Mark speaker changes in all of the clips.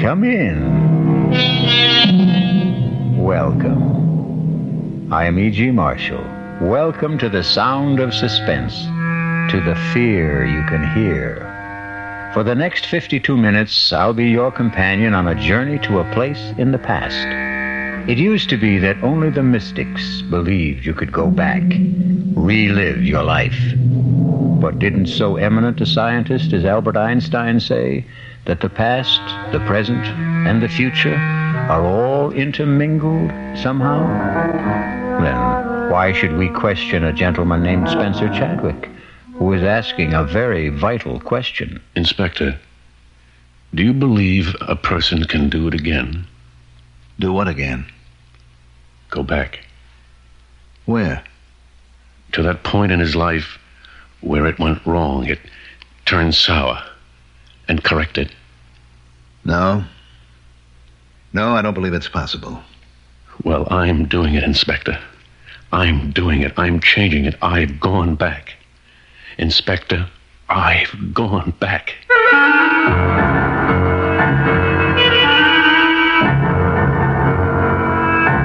Speaker 1: Come in. Welcome. I am E.G. Marshall. Welcome to the sound of suspense, to the fear you can hear. For the next 52 minutes, I'll be your companion on a journey to a place in the past. It used to be that only the mystics believed you could go back, relive your life. But didn't so eminent a scientist as Albert Einstein say that the past, the present, and the future are all intermingled somehow? Then why should we question a gentleman named Spencer Chadwick, who is asking a very vital question?
Speaker 2: Inspector, do you believe a person can do it again?
Speaker 3: Do what again?
Speaker 2: Go back.
Speaker 3: Where?
Speaker 2: To that point in his life where it went wrong. It turned sour. And correct it.
Speaker 3: No. No, I don't believe it's possible.
Speaker 2: Well, I'm doing it, Inspector. I'm doing it. I'm changing it. I've gone back. Inspector, I've gone back.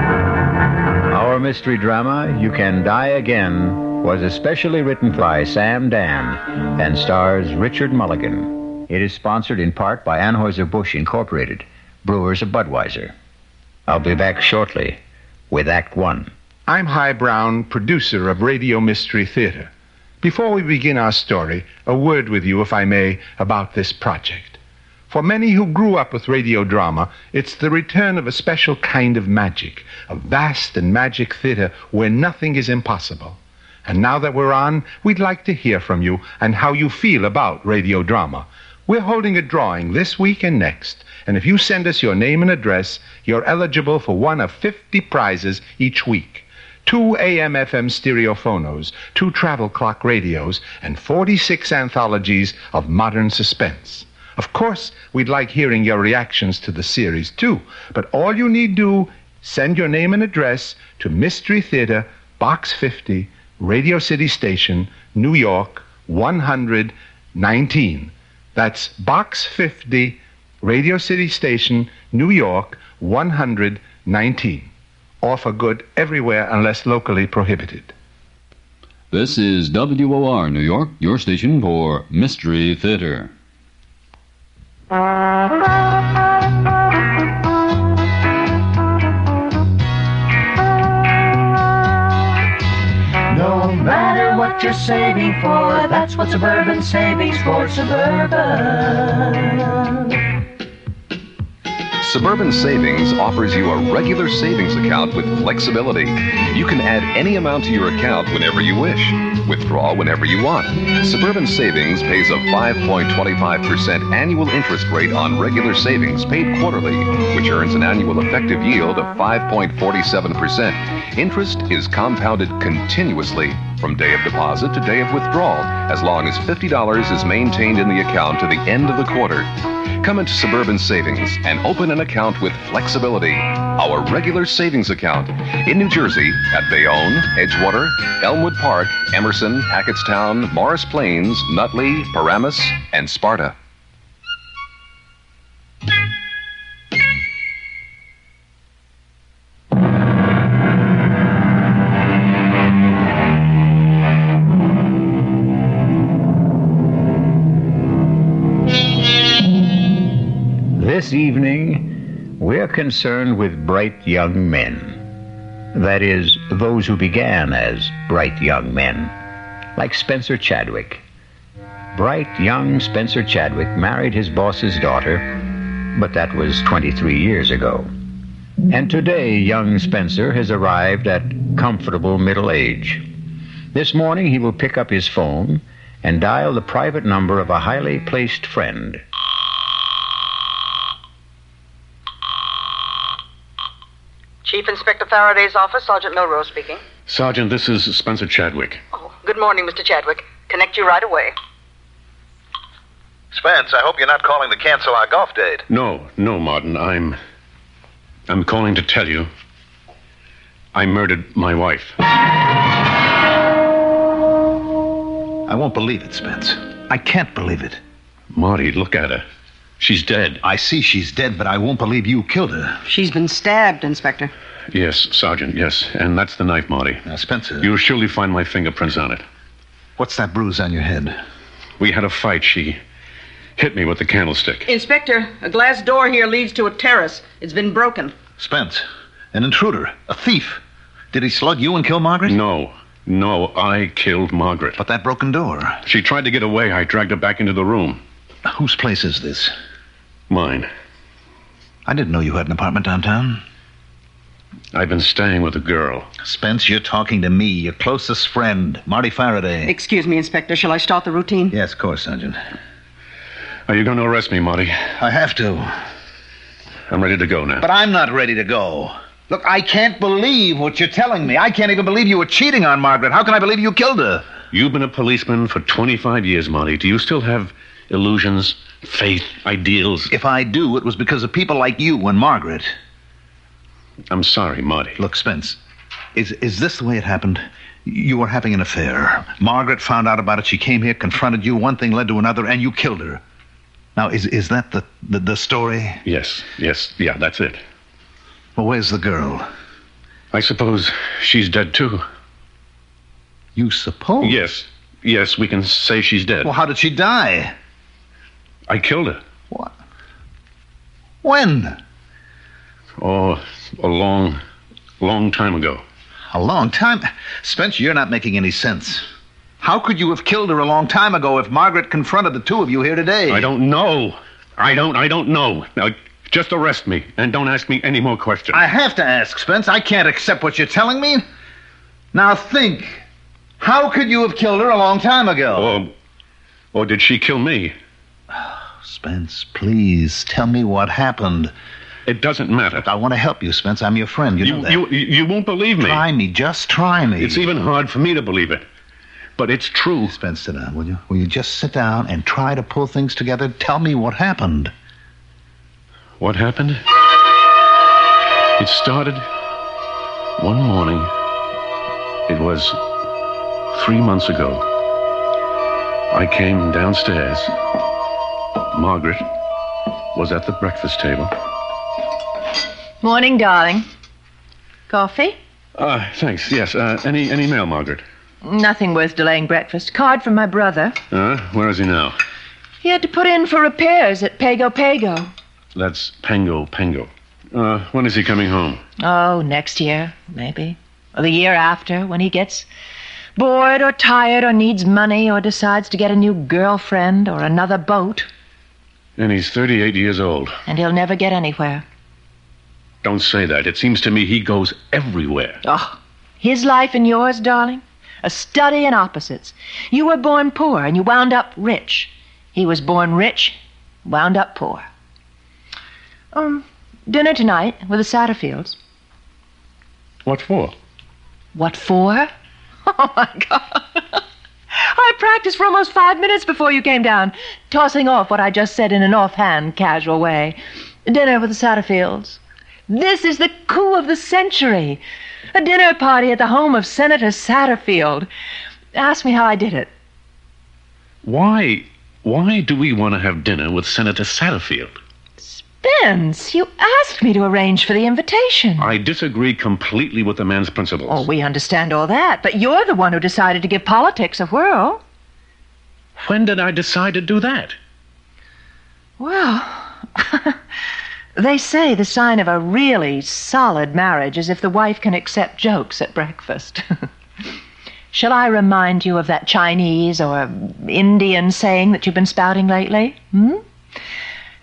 Speaker 1: Our mystery drama, You Can Die Again, was especially written by Sam Dan and stars Richard Mulligan. It is sponsored in part by Anheuser-Busch Incorporated, brewers of Budweiser. I'll be back shortly with Act One.
Speaker 4: I'm High Brown, producer of Radio Mystery Theater. Before we begin our story, a word with you, if I may, about this project. For many who grew up with radio drama, it's the return of a special kind of magic, a vast and magic theater where nothing is impossible. And now that we're on, we'd like to hear from you and how you feel about radio drama. We're holding a drawing this week and next, and if you send us your name and address, you're eligible for one of 50 prizes each week. Two AM FM stereophonos, two travel clock radios, and 46 anthologies of modern suspense. Of course, we'd like hearing your reactions to the series too, but all you need do send your name and address to Mystery Theater, Box 50, Radio City Station, New York, 119. That's Box 50, Radio City Station, New York, 119. Offer good everywhere unless locally prohibited.
Speaker 5: This is WOR New York, your station for Mystery Theater.
Speaker 6: matter what you're saving for, that's what suburban savings for suburban.
Speaker 7: Suburban Savings offers you a regular savings account with flexibility. You can add any amount to your account whenever you wish, withdraw whenever you want. Suburban Savings pays a 5.25% annual interest rate on regular savings paid quarterly, which earns an annual effective yield of 5.47%. Interest is compounded continuously from day of deposit to day of withdrawal, as long as $50 is maintained in the account to the end of the quarter. Come into Suburban Savings and open an account with flexibility. Our regular savings account in New Jersey at Bayonne, Edgewater, Elmwood Park, Emerson, Hackettstown, Morris Plains, Nutley, Paramus, and Sparta.
Speaker 1: This evening, we're concerned with bright young men. That is, those who began as bright young men, like Spencer Chadwick. Bright young Spencer Chadwick married his boss's daughter, but that was 23 years ago. And today, young Spencer has arrived at comfortable middle age. This morning, he will pick up his phone and dial the private number of a highly placed friend.
Speaker 8: Chief Inspector Faraday's office, Sergeant Milrose speaking.
Speaker 2: Sergeant, this is Spencer Chadwick.
Speaker 8: Oh, good morning, Mr. Chadwick. Connect you right away.
Speaker 9: Spence, I hope you're not calling to cancel our golf date.
Speaker 2: No, no, Martin. I'm. I'm calling to tell you. I murdered my wife.
Speaker 3: I won't believe it, Spence. I can't believe it.
Speaker 2: Marty, look at her. She's dead.
Speaker 3: I see she's dead, but I won't believe you killed her.
Speaker 8: She's been stabbed, Inspector.
Speaker 2: Yes, Sergeant, yes. And that's the knife, Marty.
Speaker 3: Now, Spencer,
Speaker 2: You'll surely find my fingerprints on it.
Speaker 3: what's that bruise on your head?
Speaker 2: We had a fight. She hit me with the candlestick.
Speaker 8: Inspector, a glass door here leads to a terrace. It's been broken.
Speaker 3: Spence, an intruder, a thief. Did he slug you and kill Margaret?
Speaker 2: No, no, I killed Margaret.
Speaker 3: But that broken door.
Speaker 2: She tried to get away. I dragged her back into the room.
Speaker 3: Whose place is this?
Speaker 2: Mine.
Speaker 3: I didn't know you had an apartment downtown.
Speaker 2: I've been staying with a girl.
Speaker 3: Spence, you're talking to me, your closest friend, Marty Faraday.
Speaker 8: Excuse me, Inspector. Shall I start the routine?
Speaker 3: yes, of course, Sergeant.
Speaker 2: Are you going to arrest me, Marty?
Speaker 3: I have to.
Speaker 2: I'm ready to go now.
Speaker 3: But I'm not ready to go. Look, I can't believe what you're telling me. I can't even believe you were cheating on Margaret. How can I believe you killed her?
Speaker 2: You've been a policeman for 25 years, Marty. Do you still have illusions, faith, ideals?
Speaker 3: If I do, it was because of people like you and Margaret.
Speaker 2: I'm sorry, Marty.
Speaker 3: Look, Spence, is, is this the way it happened? You were having an affair. Margaret found out about it. She came here, confronted you. One thing led to another, and you killed her. Now, is, is that the, the, the story?
Speaker 2: Yes, yes, yeah, that's it.
Speaker 3: Well, where's the girl?
Speaker 2: I suppose she's dead, too.
Speaker 3: You suppose?
Speaker 2: Yes, yes, we can say she's dead.
Speaker 3: Well, how did she die?
Speaker 2: I killed her.
Speaker 3: What? When?
Speaker 2: Oh, a long, long time ago.
Speaker 3: A long time? Spence, you're not making any sense. How could you have killed her a long time ago if Margaret confronted the two of you here today?
Speaker 2: I don't know. I don't, I don't know. Now, just arrest me and don't ask me any more questions.
Speaker 3: I have to ask, Spence. I can't accept what you're telling me. Now think. How could you have killed her a long time ago?
Speaker 2: Or, or did she kill me?
Speaker 3: Spence, please tell me what happened.
Speaker 2: It doesn't matter.
Speaker 3: I want to help you, Spence. I'm your friend. You, know
Speaker 2: You,
Speaker 3: that.
Speaker 2: you, you won't believe me.
Speaker 3: try me. Just try me.
Speaker 2: It's even hard for me to believe it. But it's true.
Speaker 3: Spence, sit down, will you? Will you just sit down and try to pull things together? Tell me what happened.
Speaker 2: What happened? It started one morning. It was three months ago. I came downstairs. Margaret was at the breakfast table.
Speaker 10: Morning, darling. Coffee?
Speaker 2: Ah, thanks. Yes. Uh, any any mail, Margaret?
Speaker 10: Nothing worth delaying breakfast. Card from my brother.
Speaker 2: Uh, where is he now?
Speaker 10: He had to put in for repairs at Pago Pago.
Speaker 2: That's Pango Pango. Uh, when is he coming home?
Speaker 10: Oh, next year, maybe. Or the year after, when he gets bored or tired or needs money or decides to get a new girlfriend or another boat,
Speaker 2: And he's 38 years old.
Speaker 10: and he'll never get anywhere.
Speaker 2: Don't say that. It seems to me he goes everywhere.
Speaker 10: Oh, his life and yours, darling, a study in opposites. You were born poor and you wound up rich. He was born rich, wound up poor. Um, dinner tonight with the Satterfields.
Speaker 2: What for?
Speaker 10: What for? Oh my God. I practiced for almost five minutes before you came down, tossing off what I just said in an offhand, casual way. Dinner with the Satterfields. This is the coup of the century. A dinner party at the home of Senator Satterfield. Ask me how I did it.
Speaker 2: Why? Why do we want to have dinner with Senator Satterfield?
Speaker 10: Vince, you asked me to arrange for the invitation.
Speaker 2: I disagree completely with the man's principles.
Speaker 10: Oh, we understand all that, but you're the one who decided to give politics a whirl.
Speaker 2: When did I decide to do that?
Speaker 10: Well, they say the sign of a really solid marriage is if the wife can accept jokes at breakfast. Shall I remind you of that Chinese or Indian saying that you've been spouting lately? Hmm?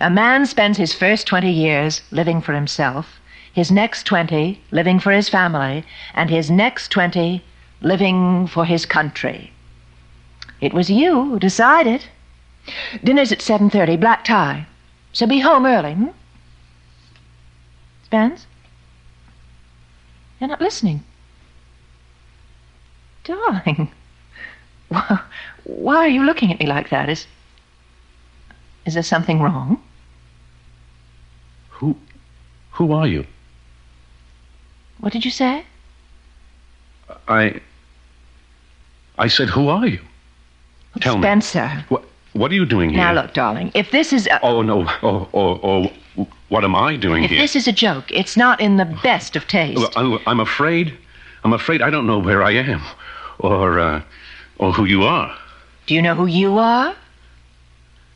Speaker 10: A man spends his first 20 years living for himself, his next 20 living for his family, and his next 20 living for his country. It was you who decided. Dinner's at 7.30, black tie. So be home early, hmm? Spence? You're not listening. Darling, wh- why are you looking at me like that? Is, is there something wrong?
Speaker 2: Who, who are you?
Speaker 10: What did you say?
Speaker 2: I, I said, who are you? Tell me.
Speaker 10: Spencer.
Speaker 2: What? What are you doing here?
Speaker 10: Now, look, darling, if this is a,
Speaker 2: Oh, no. Oh, oh, oh. What am I doing
Speaker 10: if
Speaker 2: here?
Speaker 10: this is a joke, it's not in the best of taste.
Speaker 2: Well, I'm, I'm afraid. I'm afraid I don't know where I am, or uh, or who you are.
Speaker 10: Do you know who you are?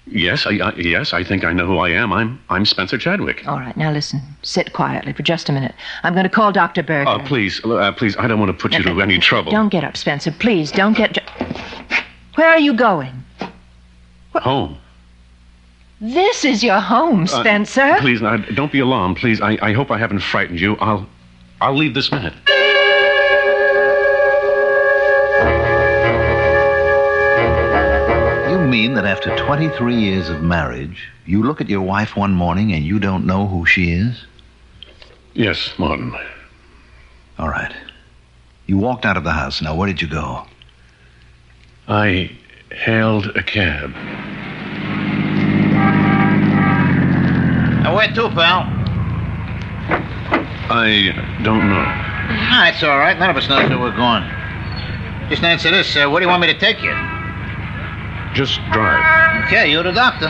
Speaker 2: Yes, I, I yes, I think I know who I am. I'm I'm Spencer Chadwick.
Speaker 10: All right, now listen. Sit quietly for just a minute. I'm going to call Dr. Berger.
Speaker 2: Uh, please, uh, please, I don't want to put you to any trouble.
Speaker 10: Don't get up, Spencer. Please, don't get. Ju- Where are you going?
Speaker 2: Home,
Speaker 10: This is your home,
Speaker 2: Uh,
Speaker 10: Spencer.
Speaker 2: please. Now, don't be alarmed, please. I, I hope I haven't frightened you. I'll I'll leave this minute.
Speaker 3: You mean that after 23 years of marriage, you look at your wife one morning and you don't know who she is?
Speaker 2: Yes, Martin.
Speaker 3: All right. You walked out of the house. Now, where did you go?
Speaker 2: I hailed a cab.
Speaker 11: Now, where to, pal?
Speaker 2: I don't know.
Speaker 11: Ah, it's all right. None of us knows where we're going. Just answer this. Uh, where do you want me to take you?
Speaker 2: Just drive.
Speaker 11: Okay, you're the doctor.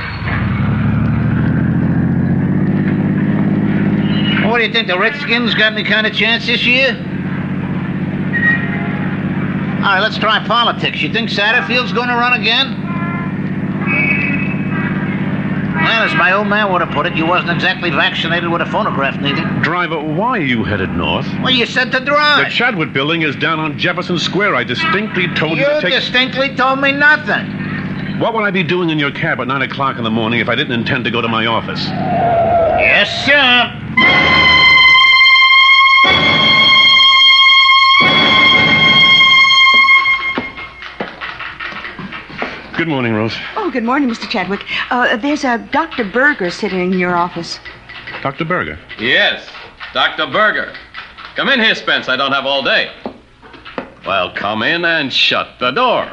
Speaker 11: Well, what do you think? The Redskins got any kind of chance this year? All right, let's try politics. You think Satterfield's going to run again? Well, as my old man would have put it, you wasn't exactly vaccinated with a phonograph neither.
Speaker 2: Driver, why are you headed north?
Speaker 11: Well, you said to drive.
Speaker 2: The Chadwick building is down on Jefferson Square. I distinctly told you,
Speaker 11: you
Speaker 2: to take.
Speaker 11: distinctly told me nothing.
Speaker 2: What would I be doing in your cab at 9 o'clock in the morning if I didn't intend to go to my office?
Speaker 11: Yes, sir.
Speaker 2: Good morning, Rose.
Speaker 12: Oh, good morning, Mr. Chadwick. Uh, there's a Dr. Berger sitting in your office.
Speaker 2: Dr. Berger.
Speaker 13: Yes, Dr. Berger. Come in here, Spence. I don't have all day. Well, come in and shut the door.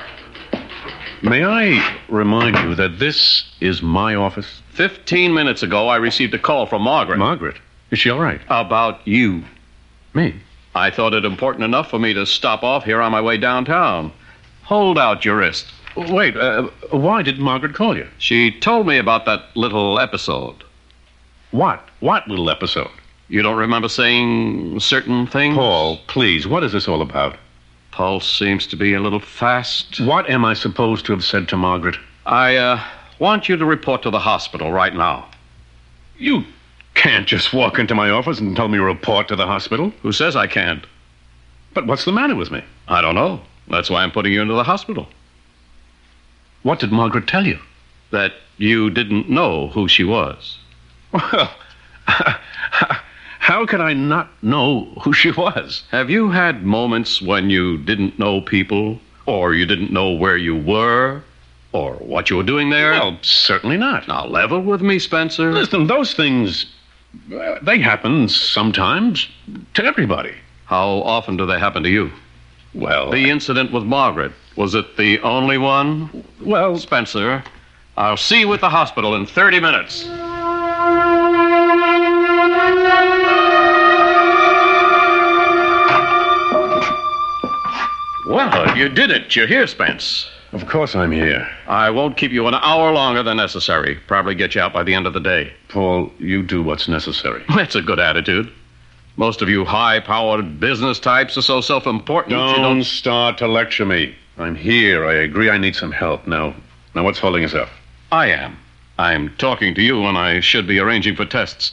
Speaker 2: May I remind you that this is my office?
Speaker 13: Fifteen minutes ago, I received a call from Margaret.
Speaker 2: Margaret? Is she all right?
Speaker 13: About you.
Speaker 2: Me?
Speaker 13: I thought it important enough for me to stop off here on my way downtown. Hold out your wrist.
Speaker 2: Wait, uh, why did Margaret call you?
Speaker 13: She told me about that little episode.
Speaker 2: What? What little episode?
Speaker 13: You don't remember saying certain things?
Speaker 2: Paul, please, what is this all about?
Speaker 13: Pulse seems to be a little fast.
Speaker 2: What am I supposed to have said to Margaret?
Speaker 13: I uh, want you to report to the hospital right now.
Speaker 2: You can't just walk into my office and tell me to report to the hospital.
Speaker 13: Who says I can't?
Speaker 2: But what's the matter with me?
Speaker 13: I don't know. That's why I'm putting you into the hospital.
Speaker 2: What did Margaret tell you?
Speaker 13: That you didn't know who she was.
Speaker 2: Well, how could I not know who she was?
Speaker 13: Have you had moments when you didn't know people, or you didn't know where you were, or what you were doing there?
Speaker 2: Well, certainly not.
Speaker 13: Now, level with me, Spencer.
Speaker 2: Listen, those things, uh, they happen sometimes to everybody.
Speaker 13: How often do they happen to you?
Speaker 2: Well,
Speaker 13: The incident with Margaret, was it the only one?
Speaker 2: Well,
Speaker 13: Spencer, I'll see you at the hospital in 30 minutes. Well, you did it. You're here, Spence.
Speaker 2: of course I'm here.
Speaker 13: I won't keep you an hour longer than necessary. Probably get you out by the end of the day.
Speaker 2: Paul, you do what's necessary.
Speaker 13: That's a good attitude. Most of you high powered business types are so self important.
Speaker 2: Don't, start to lecture me. I'm here. I agree I need some help. Now, now what's holding us up?
Speaker 13: I am. I'm talking to you, and I should be arranging for tests.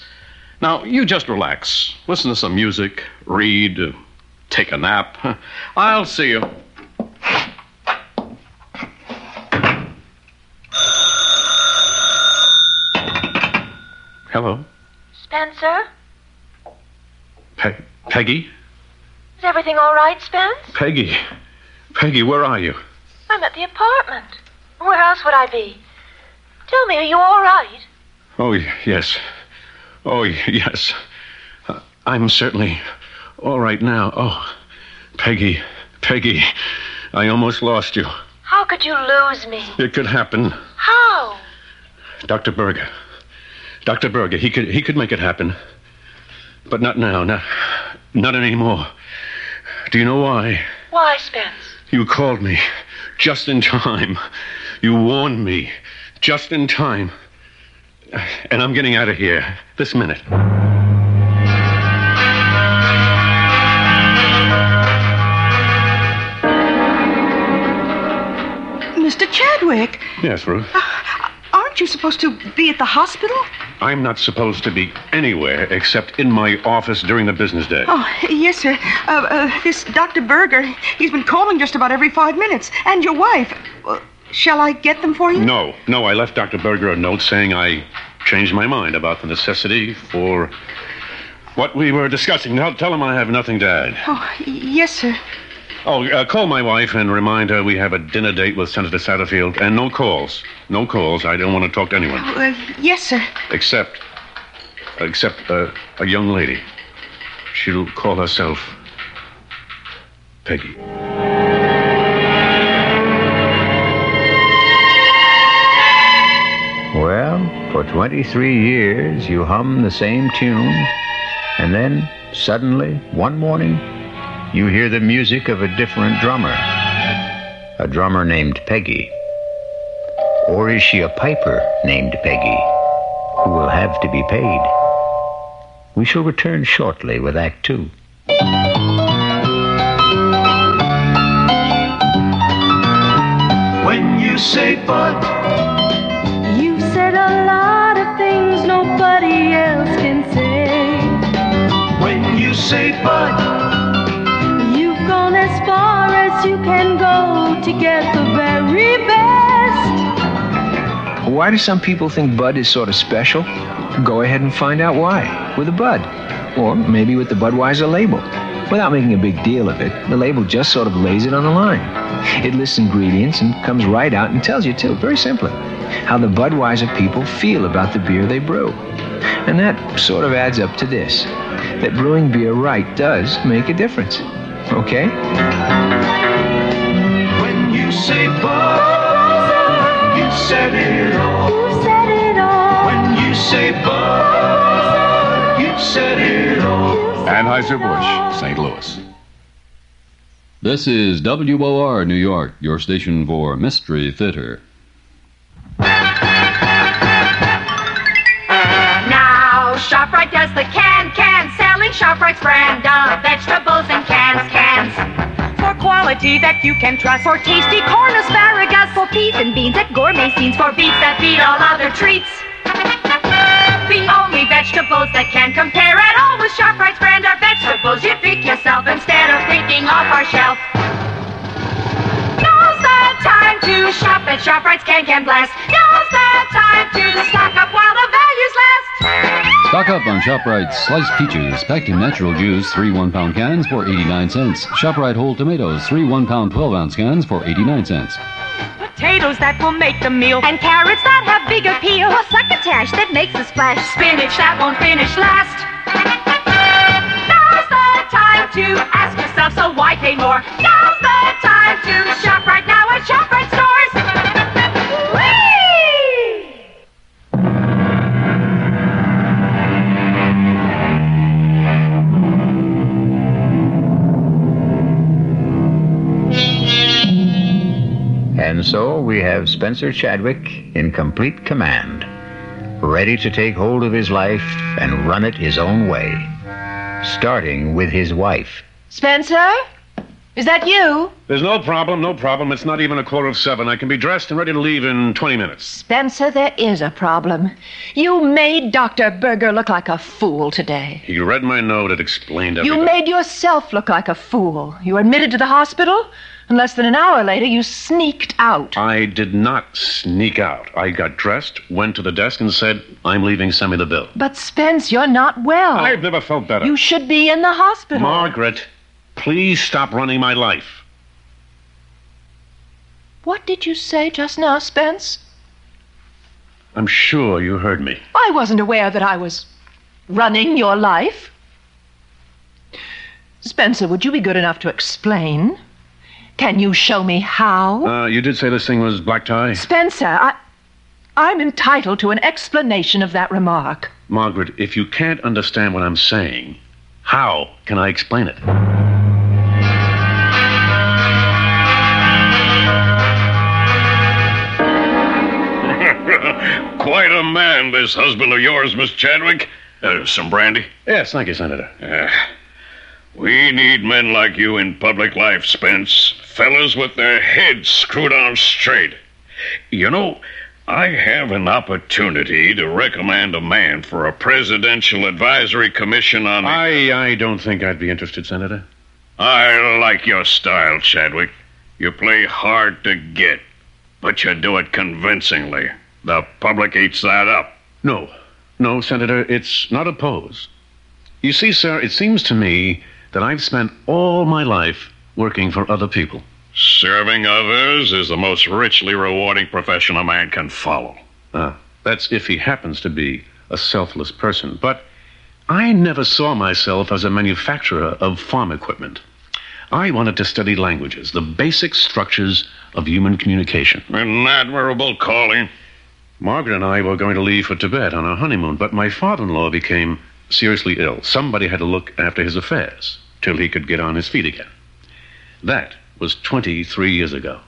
Speaker 13: Now, you just relax. Listen to some music, read, uh, take a nap. I'll see you.
Speaker 2: Hello?
Speaker 14: Spencer?
Speaker 2: Pe- Peggy?
Speaker 14: Is everything all right, Spence?
Speaker 2: Peggy. Peggy, where are you?
Speaker 14: I'm at the apartment. Where else would I be? Tell me, are you all right?
Speaker 2: Oh, y- yes. Oh, y- yes. Uh, I'm certainly all right now. Oh, Peggy, Peggy, I almost lost you.
Speaker 14: How could you lose me?
Speaker 2: It could happen.
Speaker 14: How?
Speaker 2: Dr. Berger. Dr. Berger, he could he could make it happen. But not now, not not anymore. Do you know why?
Speaker 14: Why, Spence?
Speaker 2: You called me just in time. You warned me just in time. And I'm getting out of here this minute.
Speaker 12: Mr. Chadwick,
Speaker 2: Yes, Ruth.
Speaker 12: aren't you supposed to be at the hospital?
Speaker 2: I'm not supposed to be anywhere except in my office during the business day.
Speaker 12: Oh, yes, sir. Uh, uh, this Dr. Berger, he's been calling just about every five minutes. And your wife. Uh, shall I get them for you?
Speaker 2: No, no, I left Dr. Berger a note saying I changed my mind about the necessity for what we were discussing. Now tell him I have nothing to add.
Speaker 12: Oh, y- yes, sir.
Speaker 2: Oh, uh, call my wife and remind her we have a dinner date with Senator Satterfield and no calls. No calls. I don't want to talk to anyone
Speaker 12: Uh, yes, sir.
Speaker 2: except except uh, a young lady. She'll call herself Peggy.
Speaker 1: Well, for 23 years you hum the same tune, and then suddenly, one morning, you hear the music of a different drummer. A drummer named Peggy. Or is she a piper named Peggy, who will have to be paid? We shall return shortly with Act Two.
Speaker 15: When you say but,
Speaker 16: You've said a lot of things nobody else can say.
Speaker 15: when you say but,
Speaker 16: You've gone as far as you can go to get the very best.
Speaker 17: Why do some people think Bud is sort of special? Go ahead and find out why with a Bud, or maybe with the Budweiser label. Without making a big deal of it, the label just sort of lays it on the line. It lists ingredients and comes right out and tells you, too, very simply, how the Budweiser people feel about the beer they brew. And that sort of adds up to this that brewing beer right does make a difference. Okay?
Speaker 15: when you say but, you said it all. You said it all. When you say but, you said it all.
Speaker 5: Anheuser-Busch, St. Louis. This is WOR New York, your station for Mystery Theater.
Speaker 18: Now, ShopRite does the can can, selling ShopRite's brand of vegetables and cans cans. For quality that you can trust, for tasty corn asparagus, for peas and beans at gourmet scenes, for beets that beat all other treats. The only vegetables that can compare at all with ShopRite's brand are vegetables you pick yourself instead of picking off our shelf. Now's the time to shop at ShopRite's Can Can Blast. Now's the time to stock up while the values last.
Speaker 5: Stock up on ShopRite sliced peaches, packed in natural juice, three one pound cans for 89 cents. ShopRite whole tomatoes, three one pound 12 ounce cans for 89 cents.
Speaker 18: Potatoes that will make the meal. And carrots that have big appeal. Or succotash that makes a splash. Spinach that won't finish last. Now's the time to ask yourself, so why pay more? Now's the time to shop right now at ShopRite stores. Whee!
Speaker 1: And so we have Spencer Chadwick in complete command, ready to take hold of his life and run it his own way, starting with his wife.
Speaker 10: Spencer? Is that you?
Speaker 2: There's no problem, no problem. It's not even a quarter of seven. I can be dressed and ready to leave in 20 minutes.
Speaker 10: Spencer, there is a problem. You made Dr. Berger look like a fool today.
Speaker 2: He read my note. It explained everything.
Speaker 10: You made yourself look like a fool. You were admitted to the hospital, and less than an hour later, you sneaked out.
Speaker 2: I did not sneak out. I got dressed, went to the desk, and said, I'm leaving. Send me the bill.
Speaker 10: But, Spence, you're not well.
Speaker 2: I've never felt better.
Speaker 10: You should be in the hospital.
Speaker 2: Margaret, please stop running my life.
Speaker 10: What did you say just now, Spence?
Speaker 2: I'm sure you heard me.
Speaker 10: I wasn't aware that I was running your life. Spencer, would you be good enough to explain? Can you show me how?
Speaker 2: Uh, you did say this thing was black tie?
Speaker 10: Spencer, I, I'm entitled to an explanation of that remark.
Speaker 2: Margaret, if you can't understand what I'm saying, how can I explain it?
Speaker 13: quite a man, this husband of yours, Miss Chadwick. Uh, some brandy? Yes, thank you, Senator. Uh, we need men like you in public life, Spence. Fellas with their heads screwed on straight. You know, I have an opportunity to recommend a man for a presidential advisory commission on. The... I I don't think I'd be interested, Senator. I like your style, Chadwick. You play hard to get, but you do it convincingly. The public eats that up.
Speaker 2: No, no, Senator, it's not a pose. You see, sir, it seems to me that I've spent all my life working for other people.
Speaker 13: Serving others is the most richly rewarding profession a man can follow.
Speaker 2: Ah, that's if he happens to be a selfless person. But I never saw myself as a manufacturer of farm equipment. I wanted to study languages, the basic structures of human communication.
Speaker 13: An admirable calling.
Speaker 2: Margaret and I were going to leave for Tibet on our honeymoon, but my father in law became seriously ill. Somebody had to look after his affairs till he could get on his feet again. That was 23 years ago.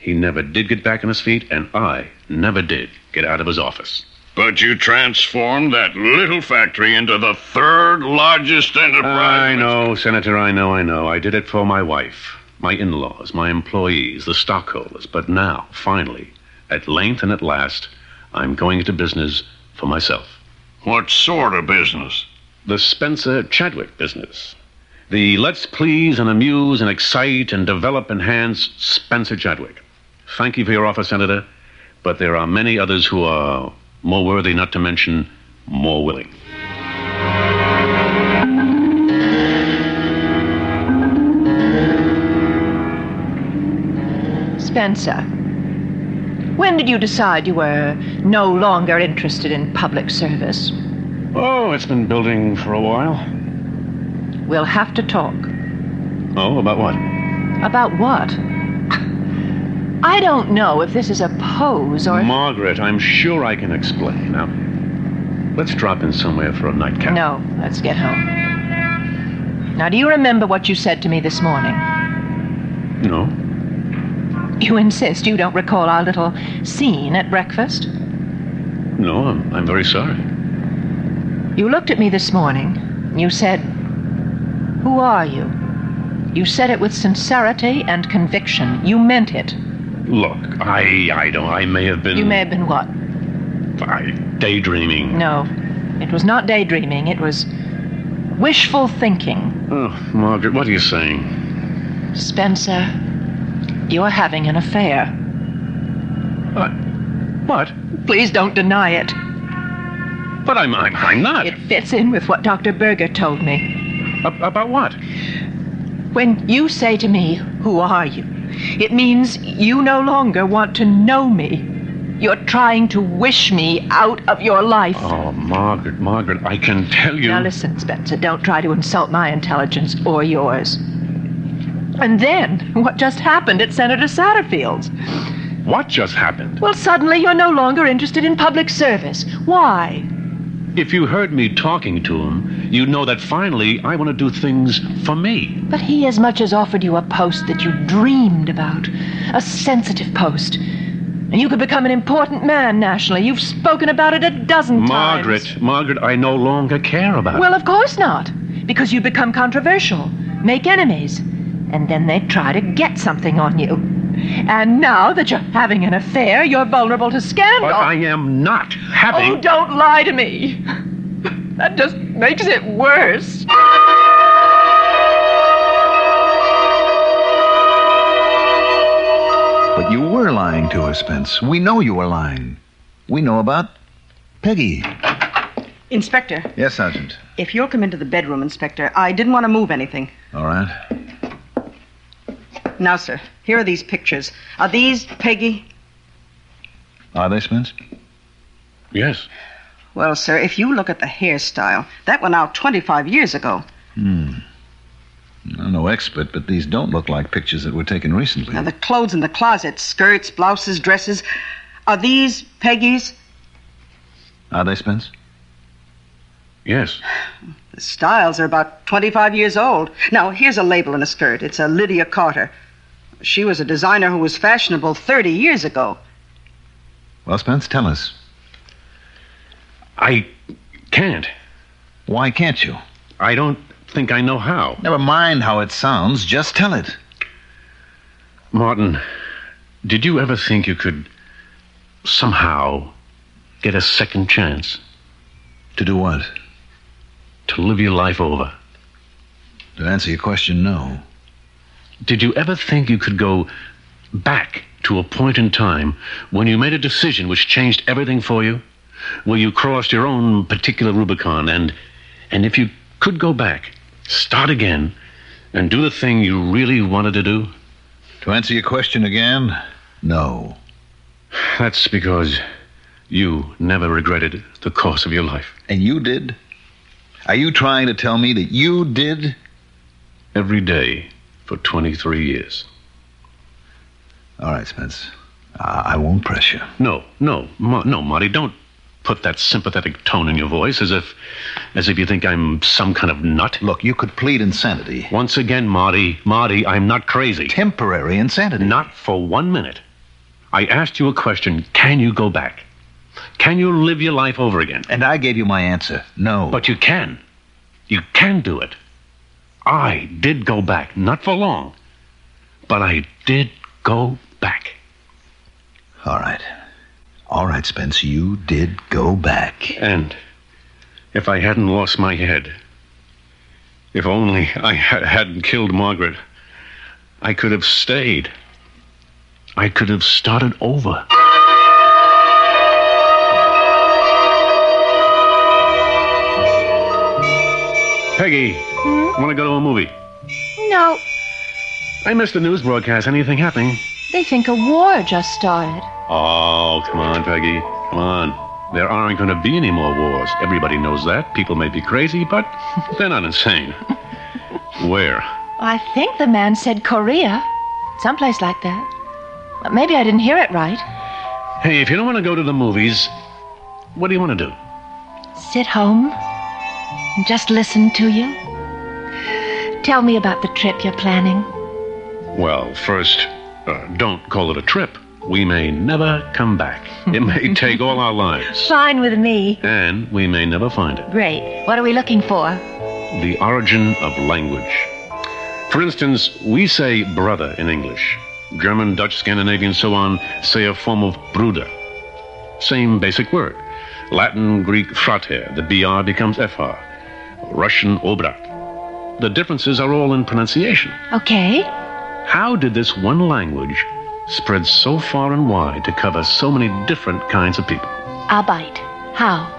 Speaker 2: He never did get back on his feet, and I never did get out of his office.
Speaker 13: But you transformed that little factory into the third largest enterprise.
Speaker 2: I know, Senator, I know, I know. I did it for my wife, my in laws, my employees, the stockholders. But now, finally, at length and at last, I'm going into business for myself.
Speaker 13: What sort of business?
Speaker 2: The Spencer Chadwick business. The let's please and amuse and excite and develop enhance Spencer Chadwick. Thank you for your offer, Senator, but there are many others who are more worthy, not to mention more willing.
Speaker 10: Spencer, when did you decide you were no longer interested in public service?
Speaker 2: Oh, it's been building for a while.
Speaker 10: We'll have to talk.
Speaker 2: Oh, about what?
Speaker 10: About what? I don't know if this is a pose or.
Speaker 2: Margaret, I'm sure I can explain. Now, let's drop in somewhere for a nightcap.
Speaker 10: No, let's get home. Now, do you remember what you said to me this morning?
Speaker 2: No.
Speaker 10: You insist you don't recall our little scene at breakfast?
Speaker 2: No, I'm, I'm very sorry.
Speaker 10: You looked at me this morning. You said, Who are you? You said it with sincerity and conviction. You meant it.
Speaker 2: Look, I I don't I may have been
Speaker 10: You may have been what?
Speaker 2: I, daydreaming.
Speaker 10: No. It was not daydreaming, it was wishful thinking.
Speaker 2: Oh, Margaret, what are you saying?
Speaker 10: Spencer, you're having an affair.
Speaker 2: What? Uh, What?
Speaker 10: Please don't deny it.
Speaker 2: But I'm I'm, I'm not.
Speaker 10: It fits in with what Dr. Berger told me.
Speaker 2: Ab- about what?
Speaker 10: When you say to me, Who are you? it means you no longer want to know me. You're trying to wish me out of your life.
Speaker 2: Oh, Margaret, Margaret, I can tell you.
Speaker 10: Now listen, Spencer, don't try to insult my intelligence or yours. And then, what just happened at Senator Satterfield's?
Speaker 2: What just happened?
Speaker 10: Well, suddenly you're no longer interested in public service. Why?
Speaker 2: If you heard me talking to him, you know that finally I want to do things for me.
Speaker 10: But he as much as offered you a post that you dreamed about, a sensitive post. And you could become an important man nationally. You've spoken about it a dozen times.
Speaker 2: Margaret, Margaret, I no longer care about
Speaker 10: Well, of course not, because you become controversial, make enemies, and then they try to get something on you. And now that you're having an affair, you're vulnerable to scandal.
Speaker 2: But I am not having.
Speaker 10: Oh, don't lie to me. That just makes it worse.
Speaker 3: But you were lying to us, Spence. We know you were lying. We know about Peggy.
Speaker 12: Inspector,
Speaker 3: Yes, Sergeant.
Speaker 12: if you'll come into the bedroom, Inspector, I didn't want to move anything.
Speaker 3: All right.
Speaker 12: Now, sir, here are these pictures. Are these Peggy?
Speaker 3: Are they, Spence?
Speaker 2: Yes.
Speaker 12: Well, sir, if you look at the hairstyle, that went out 25 years ago.
Speaker 3: Hmm. I'm no expert, but these don't look like pictures that were taken recently.
Speaker 12: Now, the clothes in the closet skirts, blouses, dresses are these Peggy's?
Speaker 3: Are they, Spence?
Speaker 2: Yes.
Speaker 12: The styles are about 25 years old. Now, here's a label in a skirt. It's a Lydia Carter. She was a designer who was fashionable 30 years ago.
Speaker 3: Well, Spence, tell us.
Speaker 2: I can't.
Speaker 3: Why can't you?
Speaker 2: I don't think I know how.
Speaker 3: Never mind how it sounds, just tell it.
Speaker 2: Martin, did you ever think you could somehow get a second chance?
Speaker 3: To do what?
Speaker 2: To live your life over.
Speaker 3: To answer your question, no.
Speaker 2: Did you ever think you could go back to a point in time when you made a decision which changed everything for you? Where you crossed your own particular Rubicon and and if you could go back, start again, and do the thing you really wanted to do?
Speaker 3: To answer your question again, no.
Speaker 2: That's because you never regretted the course of your life.
Speaker 3: And you did? Are you trying to tell me that you did?
Speaker 2: Every day for 23 years.
Speaker 3: All right, Spence. I, I won't press you.
Speaker 2: No, no, Mo- no, Marty, don't put that sympathetic tone in your voice as if as if you think I'm some kind of nut.
Speaker 3: Look, you could plead insanity.
Speaker 2: Once again, Marty, Marty, I'm not crazy.
Speaker 3: Temporary insanity.
Speaker 2: Not for one minute. I asked you a question. Can you go back? Can you live your life over again?
Speaker 3: And I gave you my answer. No.
Speaker 2: But you can. You can do it. I did go back, not for long, but I did go back.
Speaker 3: All right. All right, Spence, you did go back.
Speaker 2: And if I hadn't lost my head, if only I ha- hadn't killed Margaret, I could have stayed. I could have started over. Peggy, want to go to a movie?
Speaker 10: No,
Speaker 2: I missed the news broadcast. Anything happening?
Speaker 10: they think a war just started.
Speaker 2: Oh, come on, Peggy. Come on. There aren't going to be any more wars. Everybody knows that. People may be crazy, but they're not insane. Where?
Speaker 10: I think the man said Korea, someplace like that. But maybe I didn't hear it right.
Speaker 2: Hey, if you don't want to go to the movies, what do you want to do?
Speaker 10: Sit home and just listen to you. Tell me about the trip you're planning.
Speaker 2: Well, first, uh, don't call it a trip. We may never come back. It may take all our lives,
Speaker 10: Fine with me.
Speaker 2: and we may never find it.
Speaker 10: Great. What are we looking for?
Speaker 2: The origin of language. For instance, we say brother in English. German, Dutch, Scandinavian, so on say a form of bruder. Same basic word. Latin, Greek, frater. The BR becomes FR. Russian, obrat. The differences are all in pronunciation.
Speaker 10: Okay.
Speaker 2: How did this one language spread so far and wide to cover so many different kinds of people?
Speaker 10: Arbeit. How?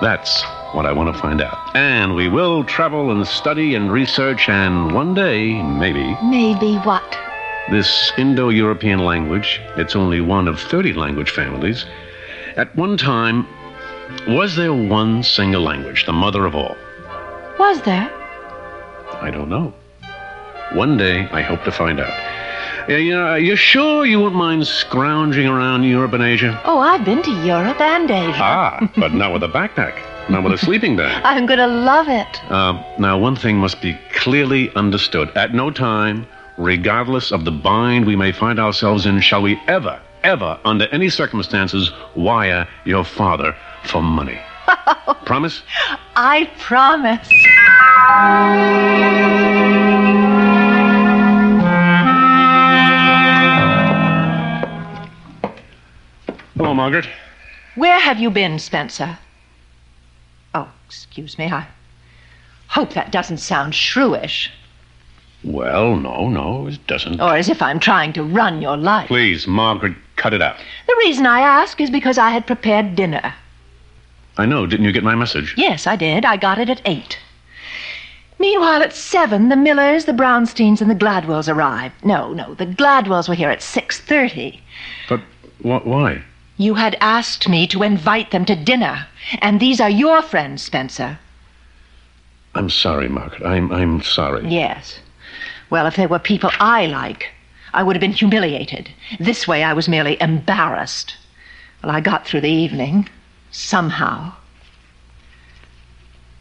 Speaker 2: That's what I want to find out. And we will travel and study and research, and one day, maybe,
Speaker 10: Maybe what?
Speaker 2: this Indo European language, it's only one of 30 language families, at one time, was there one single language, the mother of all?
Speaker 10: Was there?
Speaker 2: I don't know. One day, I hope to find out. Yeah, you know, Are you sure you won't mind scrounging around Europe and Asia?
Speaker 10: Oh, I've been to Europe and Asia.
Speaker 2: Ah, but not with a backpack, not with a sleeping bag.
Speaker 10: I'm going to love it.
Speaker 2: Uh, now, one thing must be clearly understood. At no time, regardless of the bind we may find ourselves in, shall we ever, ever, under any circumstances, wire your father for money. Promise?
Speaker 10: I promise.
Speaker 2: Hello, Margaret.
Speaker 10: Where have you been, Spencer? Oh, excuse me. I hope that doesn't sound shrewish,
Speaker 2: Well, no, no, it doesn't.
Speaker 10: or as if I'm trying to run your life.
Speaker 2: Please, Margaret, cut it out.
Speaker 10: The reason I ask is because I had prepared dinner.
Speaker 2: I know, didn't you get my message?
Speaker 10: Yes, I did. I got it at eight. Meanwhile, at seven, the Millers, the Brownsteins, and the Gladwells arrived. No, no, the Gladwells were here at six thirty.
Speaker 2: But wh- why?
Speaker 10: You had asked me to invite them to dinner, and these are your friends, Spencer.
Speaker 2: I'm sorry, Margaret. I'm, I'm sorry.
Speaker 10: Yes. Well, if they were people I like, I would have been humiliated. This way, I was merely embarrassed. Well, I got through the evening, somehow.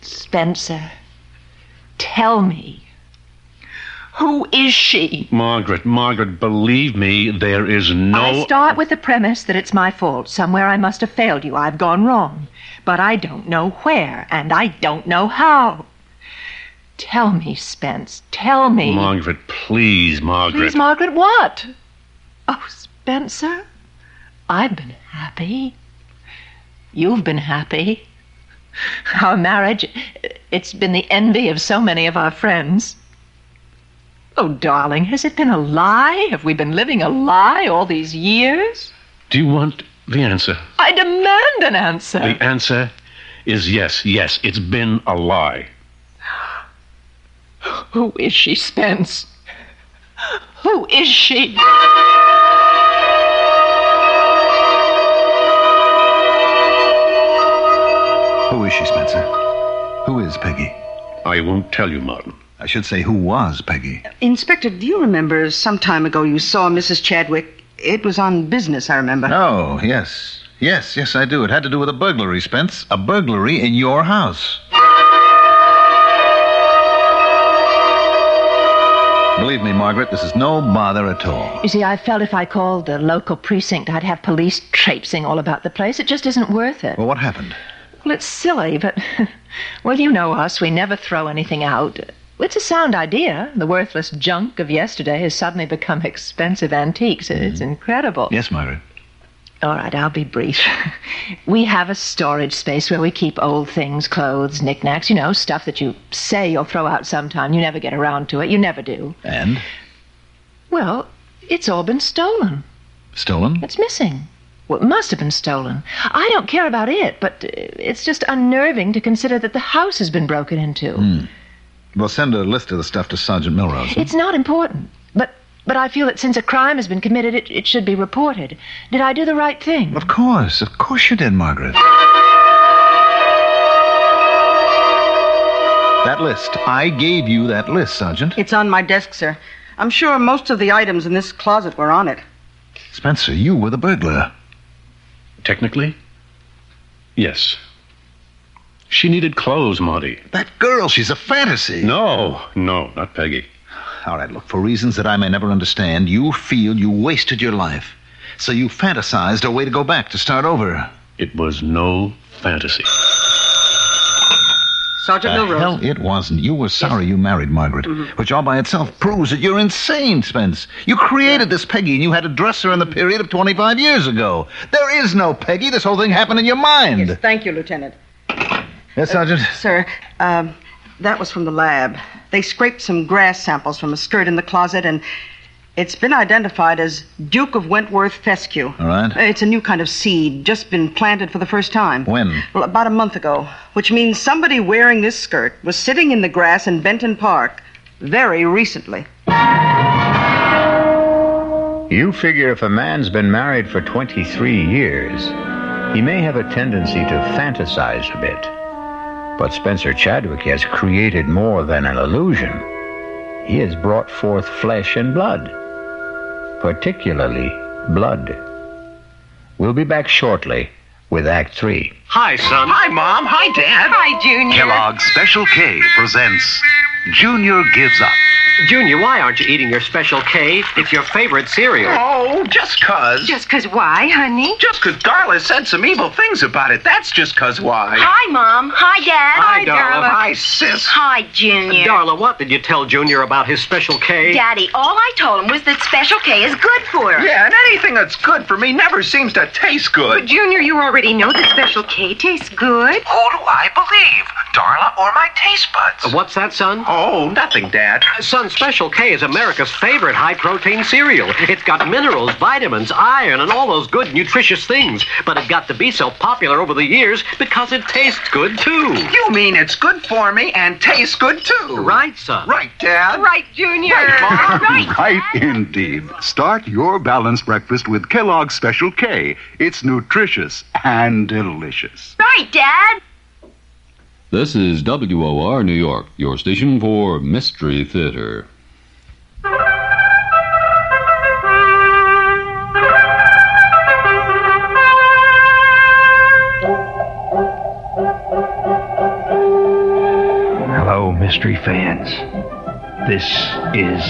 Speaker 10: Spencer, tell me, Who is she?
Speaker 2: Margaret, Margaret, believe me, there is
Speaker 10: I
Speaker 2: no.
Speaker 10: start with the premise that it's my fault. Somewhere I must have failed you. I've gone wrong. But I don't know where, and I don't know how. Tell me, Spence. Tell me.
Speaker 2: Margaret, please, Margaret.
Speaker 10: Please, Margaret, what? Oh, Spencer, I've been happy. You've been happy. Our marriage, it's been the envy of so many of our friends. Oh, darling, has it been a lie? Have we been living a lie all these years?
Speaker 2: Do you want the answer?
Speaker 10: I demand an answer.
Speaker 2: The answer is yes, yes. It's been a lie.
Speaker 10: Who is she, Spence? Who is she?
Speaker 3: Who is she, Spencer? Who is Peggy?
Speaker 2: I won't tell you, Martin.
Speaker 3: I should say, who was Peggy?
Speaker 12: Inspector, do you remember some time ago you saw Mrs. Chadwick? It was on business, I remember.
Speaker 3: Oh, yes. Yes, yes, I do. It had to do with a burglary, Spence. A burglary in your house. Believe me, Margaret, this is no bother at all.
Speaker 10: You see, I felt if I called the local precinct, I'd have police traipsing all about the place. It just isn't worth it.
Speaker 3: Well, what happened?
Speaker 10: Well, it's silly, but. well, you know us. We never throw anything out. It's a sound idea. The worthless junk of yesterday has suddenly become expensive antiques. It's incredible.
Speaker 3: Yes, Margaret.
Speaker 10: All right, I'll be brief. we have a storage space where we keep old things, clothes, knickknacks, you know, stuff that you say you'll throw out sometime. You never get around to it. You never do.
Speaker 3: And?
Speaker 10: Well, it's all been stolen.
Speaker 3: Stolen?
Speaker 10: It's missing. Hmm? Well, it must have been stolen. I don't care about it, but uh, it's just unnerving to consider that the house has been broken into.
Speaker 3: Hmm. Well, send a list of the stuff to Sergeant Milrose.
Speaker 10: It's not important, but but I feel that since a crime has been committed, it, it should be reported. Did I do the right thing?
Speaker 3: Of course, of course you did, Margaret. That list. I gave you that list, Sergeant.
Speaker 12: It's on my desk, sir. I'm sure most of the items in this closet were on it.
Speaker 3: Spencer, you were the burglar.
Speaker 2: Technically? Yes. She needed clothes, Marty.
Speaker 3: That girl, she's a fantasy.
Speaker 2: No, no, not Peggy.
Speaker 3: All right, look, for reasons that I may never understand, you feel you wasted your life. So you fantasized a way to go back, to start over.
Speaker 2: It was no fantasy.
Speaker 12: Sergeant
Speaker 3: The
Speaker 12: Milrose.
Speaker 3: hell it wasn't. You were sorry you married Margaret, which all by itself proves that you're insane, Spence. You created this Peggy and you had to dress her in the period of 25 years ago. There is no Peggy. This whole thing happened in your mind. Yes,
Speaker 12: Thank you, Lieutenant. Uh,
Speaker 3: Sergeant?
Speaker 12: Sir, um, that was from the lab. They scraped some grass samples from a skirt in the closet, and it's been identified as Duke of Wentworth fescue. Uh,
Speaker 3: All right.
Speaker 12: It's a new kind of seed, just been planted for the first time.
Speaker 3: When?
Speaker 12: Well, about a month ago, which means somebody wearing this skirt was sitting in the grass in Benton Park very recently.
Speaker 1: You figure if a man's been married for 23 years, he may have a tendency to fantasize a bit. But Spencer Chadwick has created more than an illusion. He has brought forth flesh and blood, particularly blood. We'll be back shortly with Act 3.
Speaker 15: Hi, son. Hi, Mom. Hi, Dad. Hi, Junior.
Speaker 1: Kellogg
Speaker 15: Special K presents Junior Gives Up. Junior, why aren't you eating your Special K? It's your favorite cereal.
Speaker 19: Oh, just cuz.
Speaker 18: Just cause why, honey?
Speaker 19: Just cuz Darla said some evil things about it. That's just cuz why.
Speaker 18: Hi, Mom. Hi, Dad.
Speaker 19: Hi, Darla. Hi, sis.
Speaker 18: Hi, Junior.
Speaker 15: Darla, what did you tell Junior about his Special K?
Speaker 18: Daddy, all I told him was that Special K is good for her.
Speaker 19: Yeah, and anything that's good for me never seems to taste good.
Speaker 18: Junior, you already know that Special K tastes good.
Speaker 19: Who do I believe, Darla or my taste buds?
Speaker 15: Uh, What's that, son? Uh,
Speaker 19: Oh, nothing, Dad.
Speaker 15: Son, Special K is America's favorite high protein cereal. It's got minerals, vitamins, iron, and all those good nutritious things. But it got to be so popular over the years because it tastes good, too.
Speaker 19: You mean it's good for me and tastes good too?
Speaker 15: Right, son.
Speaker 19: Right, Dad.
Speaker 18: Right, Junior.
Speaker 20: Right indeed. Start your balanced breakfast with Kellogg's Special K. It's nutritious and delicious.
Speaker 18: Right, Dad.
Speaker 5: This is WOR New York, your station for Mystery Theater.
Speaker 21: Hello, mystery fans.
Speaker 4: This is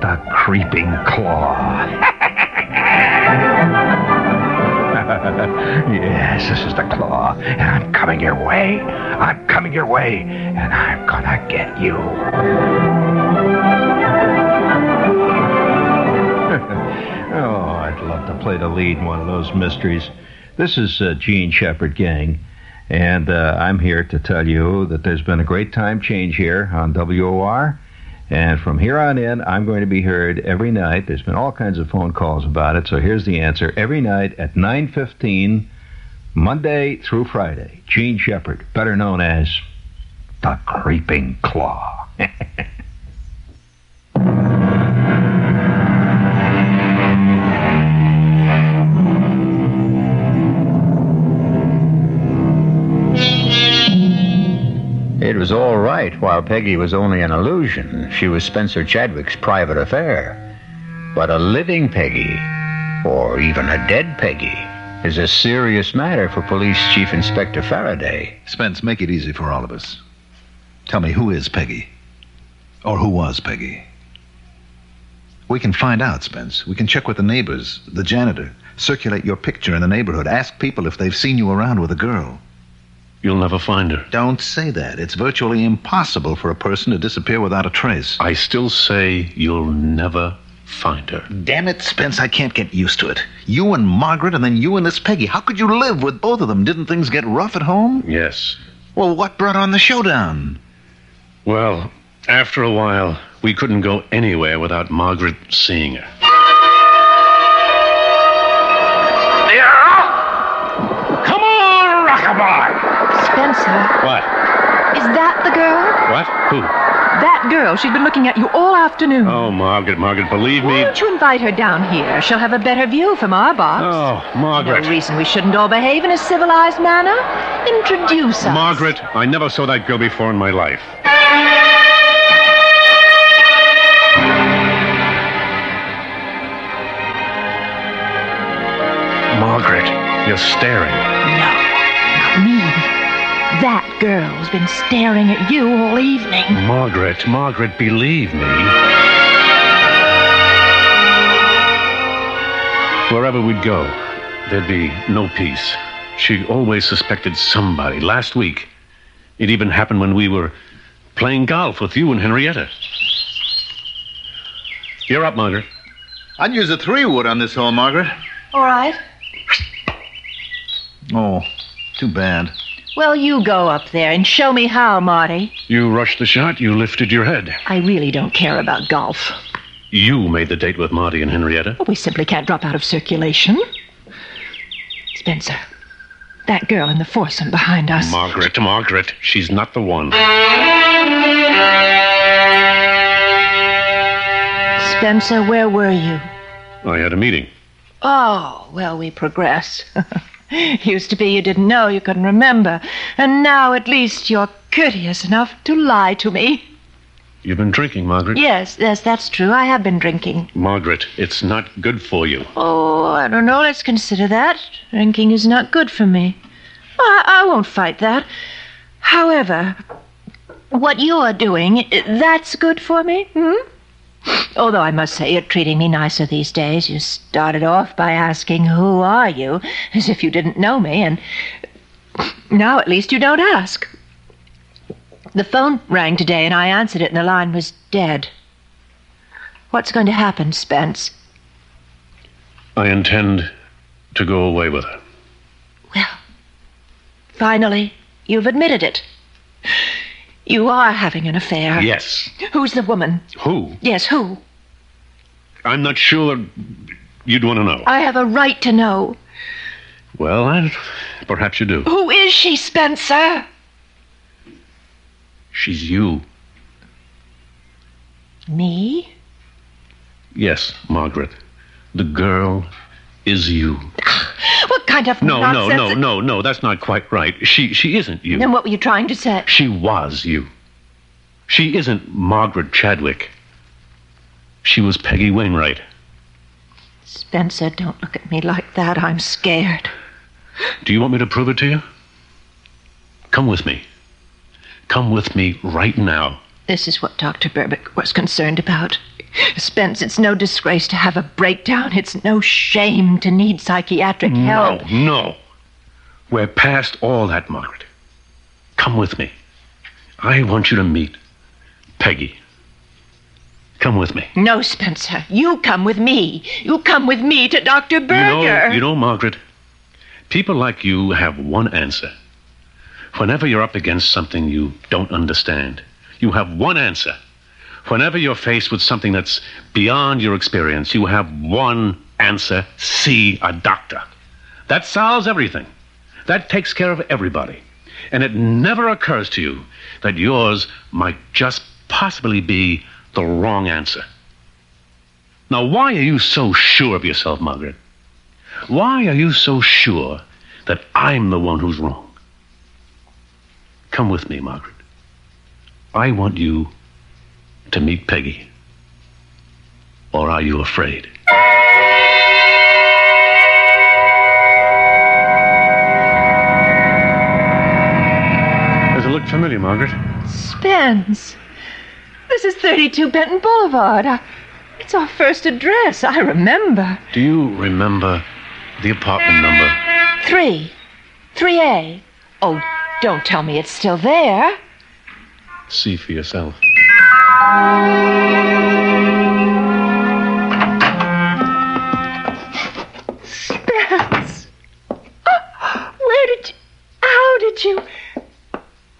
Speaker 4: the Creeping Claw. yes, this is the Claw, and I'm coming your way. I'm coming your way, and I'm gonna get you.
Speaker 21: Oh, I'd love to play the lead in one of those mysteries. This is uh, Gene Shepherd Gang, and uh, I'm here to tell you that there's been a great time change here on WOR. And from here on in, I'm going to be heard every night. There's been all kinds of phone calls about it, so here's the answer. Every night at 9:15, Monday through Friday, Gene Shepherd, better known as the Creeping Claw.
Speaker 1: It was all right while Peggy was only an illusion. She was Spencer Chadwick's private affair. But a living Peggy, or even a dead Peggy, is a serious matter for Police Chief Inspector Faraday.
Speaker 3: Spence, make it easy for all of us. Tell me, who is Peggy? Or who was Peggy? We can find out, Spence. We can check with the neighbors, the janitor, circulate your picture in the neighborhood, ask people if they've seen you around with a girl.
Speaker 2: You'll never find her.
Speaker 3: Don't say that. It's virtually impossible for a person to disappear without a trace.
Speaker 2: I still say you'll never find her.
Speaker 3: Damn it, Spence, I can't get used to it. You and Margaret, and then you and this Peggy. How could you live with both of them? Didn't things get rough at home?
Speaker 2: Yes.
Speaker 3: Well, what brought on the showdown?
Speaker 2: Well, after a while, we couldn't go anywhere without Margaret seeing her.
Speaker 22: Come on, Rockabye!
Speaker 10: Spencer,
Speaker 2: What?
Speaker 10: is that the girl?
Speaker 2: What? Who?
Speaker 10: That girl. She's been looking at you all afternoon.
Speaker 2: Oh, Margaret, Margaret, believe
Speaker 10: Why
Speaker 2: me.
Speaker 10: don't you invite her down here? She'll have a better view from our box.
Speaker 2: Oh, Margaret.
Speaker 10: No reason we shouldn't all behave in a civilized manner. Introduce us.
Speaker 2: Margaret, I never saw that girl before in my life. Margaret, you're staring.
Speaker 10: Not me. That girl's been staring at you all evening.
Speaker 2: Margaret, Margaret, believe me. Wherever we'd go, there'd be no peace. She always suspected somebody. Last week, it even happened when we were playing golf with you and Henrietta. You're up, Margaret.
Speaker 11: I'd use a three wood on this hole, Margaret.
Speaker 10: All right.
Speaker 11: Oh, too bad.
Speaker 10: Well, you go up there and show me how, Marty.
Speaker 2: You rushed the shot, you lifted your head.
Speaker 10: I really don't care about golf.
Speaker 2: You made the date with Marty and Henrietta.
Speaker 10: We simply can't drop out of circulation. Spencer, that girl in the foursome behind us.
Speaker 2: Margaret, Margaret, she's not the one.
Speaker 10: Spencer, where were you?
Speaker 2: I had a meeting.
Speaker 10: Oh, well, we progress. Used to be you didn't know, you couldn't remember. And now at least you're courteous enough to lie to me.
Speaker 2: You've been drinking, Margaret.
Speaker 10: Yes, yes, that's true. I have been drinking.
Speaker 2: Margaret, it's not good for you.
Speaker 10: Oh, I don't know. Let's consider that. Drinking is not good for me. I, I won't fight that. However, what you're doing, that's good for me, hmm? Although I must say you're treating me nicer these days. You started off by asking, Who are you? as if you didn't know me, and now at least you don't ask. The phone rang today, and I answered it, and the line was dead. What's going to happen, Spence?
Speaker 2: I intend to go away with her.
Speaker 10: Finally, you've admitted it. You are having an affair.
Speaker 2: Yes.
Speaker 10: Who's the woman?
Speaker 2: Who?
Speaker 10: Yes, who?
Speaker 2: I'm not sure you'd want to know.
Speaker 10: I have a right to know.
Speaker 2: Well, I, perhaps you do.
Speaker 10: Who is she, Spencer?
Speaker 2: She's you.
Speaker 10: Me?
Speaker 2: Yes, Margaret. The girl is you.
Speaker 10: What kind of
Speaker 2: No, no,
Speaker 10: nonsense?
Speaker 2: no, no, no. That's not quite right. She she isn't you.
Speaker 10: Then what were you trying to say?
Speaker 2: She was you. She isn't Margaret Chadwick. She was Peggy Wainwright.
Speaker 10: Spencer, don't look at me like that. I'm scared.
Speaker 2: Do you want me to prove it to you? Come with me. Come with me right now.
Speaker 10: This is what Dr. Burbick was concerned about. Spence, it's no disgrace to have a breakdown. It's no shame to need psychiatric help.
Speaker 2: No, no. We're past all that, Margaret. Come with me. I want you to meet Peggy. Come with me.
Speaker 10: No, Spencer. You come with me. You come with me to Dr.
Speaker 2: You
Speaker 10: Berger.
Speaker 2: know, you know, Margaret, people like you have one answer. Whenever you're up against something you don't understand, you have one answer. Whenever you're faced with something that's beyond your experience, you have one answer see a doctor. That solves everything. That takes care of everybody. And it never occurs to you that yours might just possibly be the wrong answer. Now, why are you so sure of yourself, Margaret? Why are you so sure that I'm the one who's wrong? Come with me, Margaret. I want you to meet Peggy. Or are you afraid? Does it look familiar, Margaret?
Speaker 10: Spence. This is 32 Benton Boulevard. I, it's our first address. I remember.
Speaker 2: Do you remember the apartment number?
Speaker 10: Three. 3A. Oh, don't tell me it's still there.
Speaker 2: See for yourself.
Speaker 10: Spence. Oh, where did you. How did you.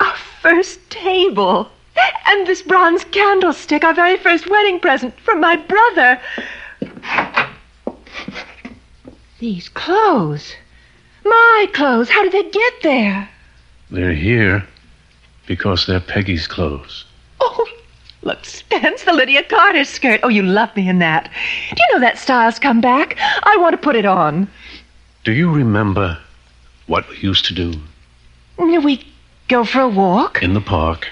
Speaker 10: Our first table. And this bronze candlestick, our very first wedding present from my brother. These clothes. My clothes. How did they get there?
Speaker 2: They're here because they're Peggy's clothes.
Speaker 10: Oh, look, Spence, the Lydia Carter skirt. Oh, you love me in that. Do you know that style's come back? I want to put it on.
Speaker 2: Do you remember what we used to do
Speaker 10: We go for a walk,
Speaker 2: in the park?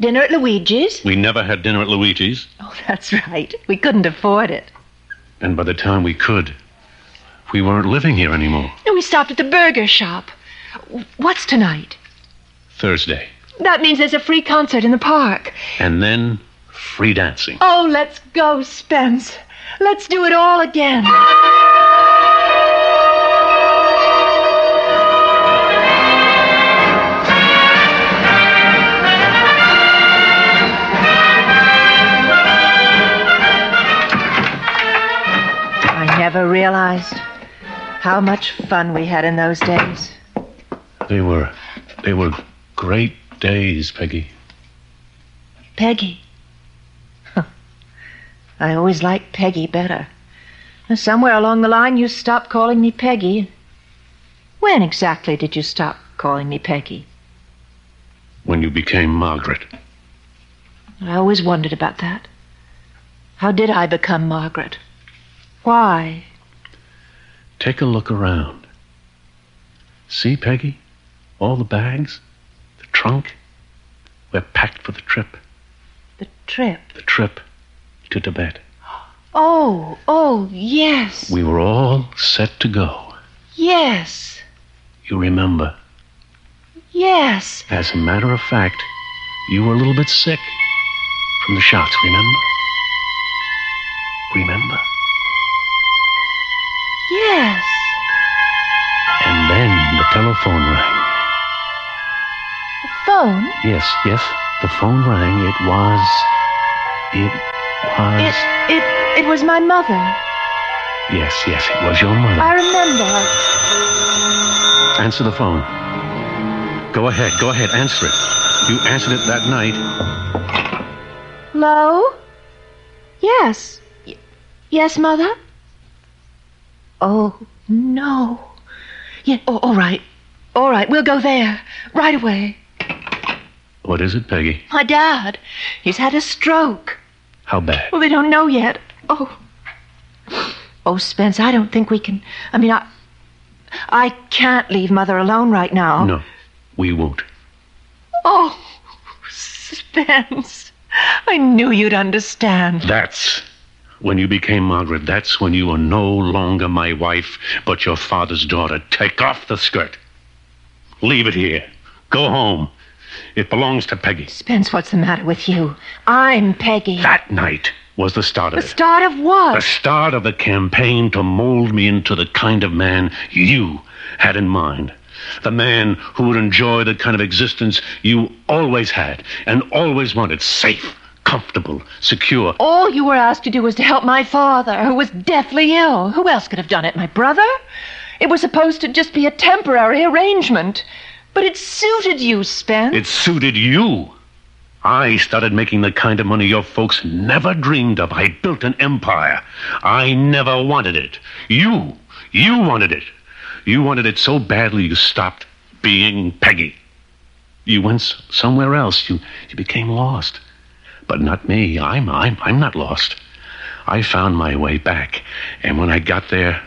Speaker 10: dinner at Luigi's.
Speaker 2: We never had dinner at Luigi's,
Speaker 10: Oh, that's right. We couldn't afford it.
Speaker 2: and by the time we could, we weren't living here anymore.
Speaker 10: And we stopped at the burger shop. W- What's tonight?
Speaker 2: Thursday.
Speaker 10: That means there's a free concert in the park.
Speaker 2: And then free dancing.
Speaker 10: Oh, let's go, Spence. Let's do it all again. I never realized how much fun we had in those days.
Speaker 2: They were they were great days, Peggy.
Speaker 10: Peggy. I always liked Peggy better. Somewhere along the line, you stopped calling me Peggy. When exactly did you stop calling me Peggy?
Speaker 2: When you became Margaret.
Speaker 10: I always wondered about that. How did I become Margaret? Why?
Speaker 2: Take a look around. See, Peggy? All the bags? The trunk? We're packed for the trip.
Speaker 10: The trip.
Speaker 2: The trip to Tibet.
Speaker 10: Oh, oh, yes,
Speaker 2: We were all set to go.
Speaker 10: yes,
Speaker 2: You remember.
Speaker 10: yes.
Speaker 2: As a matter of fact, you were a little bit sick from the shots, remember? Remember?
Speaker 10: Yes.
Speaker 2: And then the telephone rang.
Speaker 10: The phone?
Speaker 2: Yes, yes, the phone rang. It was. It was.
Speaker 10: It, it, it was my mother.
Speaker 2: Yes, yes, it was your mother.
Speaker 10: I remember.
Speaker 2: Answer the phone. Go ahead, go ahead, answer it. You answered it that night.
Speaker 10: Hello? Yes. Y- yes, Mother? Oh, no. Yeah, oh, all right. All right, we'll go there. Right away.
Speaker 2: What is it, Peggy?
Speaker 10: My dad. He's had a stroke.
Speaker 2: How bad?
Speaker 10: Well, they don't know yet. Oh. Oh, Spence, I don't think we can. I mean, I. I can't leave Mother alone right now.
Speaker 2: No, we won't.
Speaker 10: Oh, Spence. I knew you'd understand.
Speaker 2: That's when you became Margaret. That's when you were no longer my wife, but your father's daughter. Take off the skirt. Leave it here. Go home. It belongs to Peggy.
Speaker 10: Spence, what's the matter with you? I'm Peggy.
Speaker 2: That night was the start of
Speaker 10: the
Speaker 2: it.
Speaker 10: start of
Speaker 2: The
Speaker 10: what?
Speaker 2: start of a campaign to mold me into the kind of man you had in mind. The man who would enjoy the kind of existence you always had and always wanted safe, comfortable, secure.
Speaker 10: All you were asked to do was to help my father, who was deathly ill. Who else could have done it? My brother? It was supposed to just be a temporary arrangement. But it suited you, Spence.
Speaker 2: It suited you. I started making the kind of money your folks never dreamed of. I built an empire. I never wanted it. You, you wanted it. You wanted it so badly you stopped being Peggy. You went s- somewhere else. You, you became lost. But not me. I'm, I'm, I'm not lost. I found my way back. And when I got there,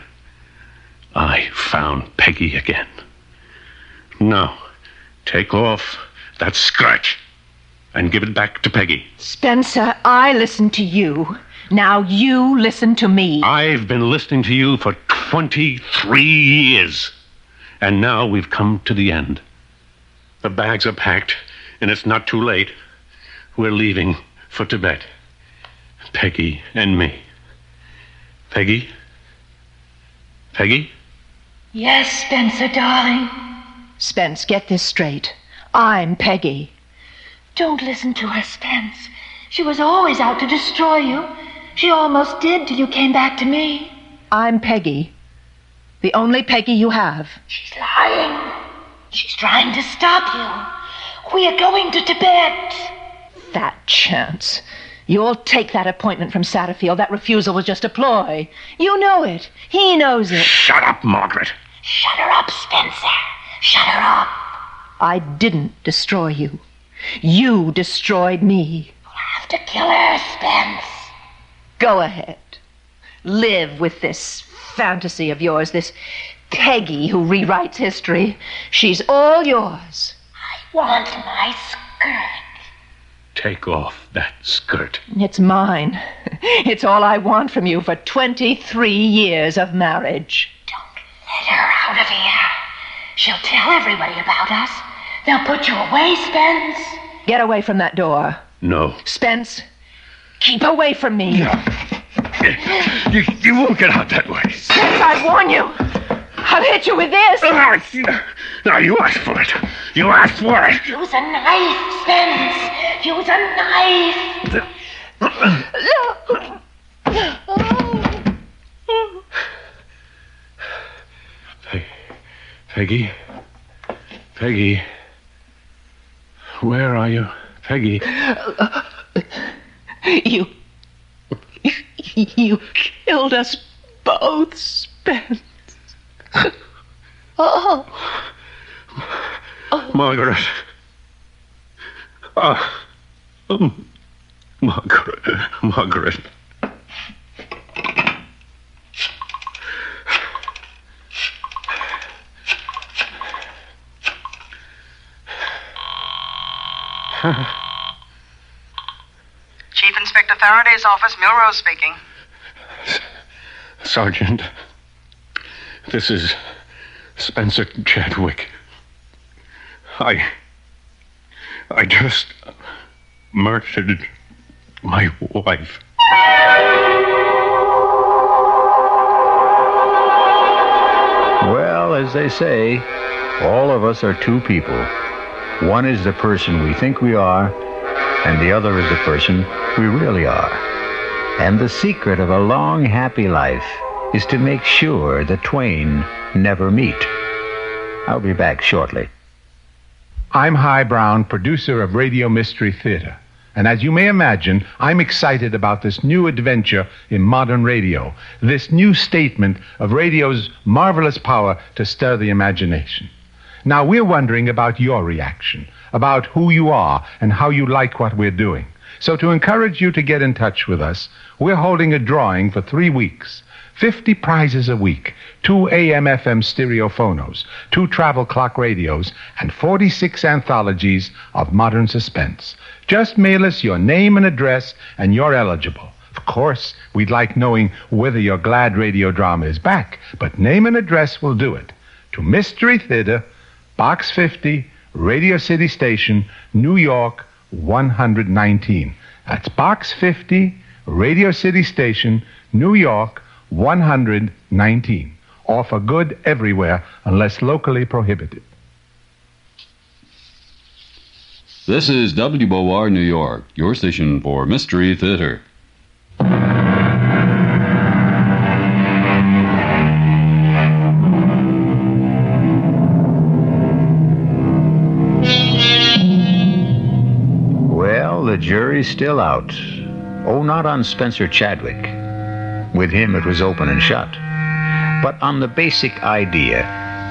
Speaker 2: I found Peggy again. No. Take off that scratch and give it back to Peggy.
Speaker 10: Spencer, I listened to you. Now you listen to me.
Speaker 2: I've been listening to you for 23 years, and now we've come to the end. The bags are packed, and it's not too late. We're leaving for Tibet. Peggy and me. Peggy? Peggy?
Speaker 10: Yes, Spencer, darling. Spence, get this straight. I'm Peggy.
Speaker 18: Don't listen to her, Spence. She was always out to destroy you. She almost did till you came back to me.
Speaker 10: I'm Peggy. The only Peggy you have.
Speaker 18: She's lying. She's trying to stop you. We are going to Tibet.
Speaker 10: That chance. You'll take that appointment from Satterfield. That refusal was just a ploy. You know it. He knows it.
Speaker 2: Shut up, Margaret.
Speaker 10: Shut her up, Spencer. Shut her up. I didn't destroy you. You destroyed me.
Speaker 18: I have to kill her, Spence.
Speaker 10: Go ahead. Live with this fantasy of yours, this Peggy who rewrites history. She's all yours.
Speaker 18: I want my skirt.
Speaker 2: Take off that skirt.
Speaker 10: It's mine. It's all I want from you for 23 years of marriage.
Speaker 18: Get her out of here. She'll tell everybody about us. They'll put you away, Spence.
Speaker 10: Get away from that door.
Speaker 2: No.
Speaker 10: Spence, keep away from me.
Speaker 2: You, you won't get out that way.
Speaker 10: Spence, I warn you. I'll hit you with this.
Speaker 2: No, you asked for it. You asked for it.
Speaker 18: Use a knife, Spence. Use a knife.
Speaker 2: Peggy? Peggy? Where are you? Peggy?
Speaker 10: You. You killed us both, Spence. Oh.
Speaker 2: Margaret. Ah. um, Margaret. Margaret.
Speaker 12: Chief Inspector Faraday's office, Milrose speaking.
Speaker 2: Sergeant. This is Spencer Chadwick. I. I just murdered my wife.
Speaker 1: Well, as they say, all of us are two people. One is the person we think we are, and the other is the person we really are. And the secret of a long, happy life is to make sure the twain never meet. I'll be back shortly.
Speaker 4: I'm High Brown, producer of Radio Mystery Theater. And as you may imagine, I'm excited about this new adventure in modern radio, this new statement of radio's marvelous power to stir the imagination. Now, we're wondering about your reaction, about who you are and how you like what we're doing. So, to encourage you to get in touch with us, we're holding a drawing for three weeks. 50 prizes a week, two AM FM stereophonos, two travel clock radios, and 46 anthologies of modern suspense. Just mail us your name and address, and you're eligible. Of course, we'd like knowing whether your glad radio drama is back, but name and address will do it. To Mystery Theater, Box 50, Radio City Station, New York 119. That's Box 50, Radio City Station, New York 119. Offer good everywhere unless locally prohibited.
Speaker 5: This is WBOR New York, your station for Mystery Theater.
Speaker 1: Well, the jury's still out. Oh, not on Spencer Chadwick. With him, it was open and shut. But on the basic idea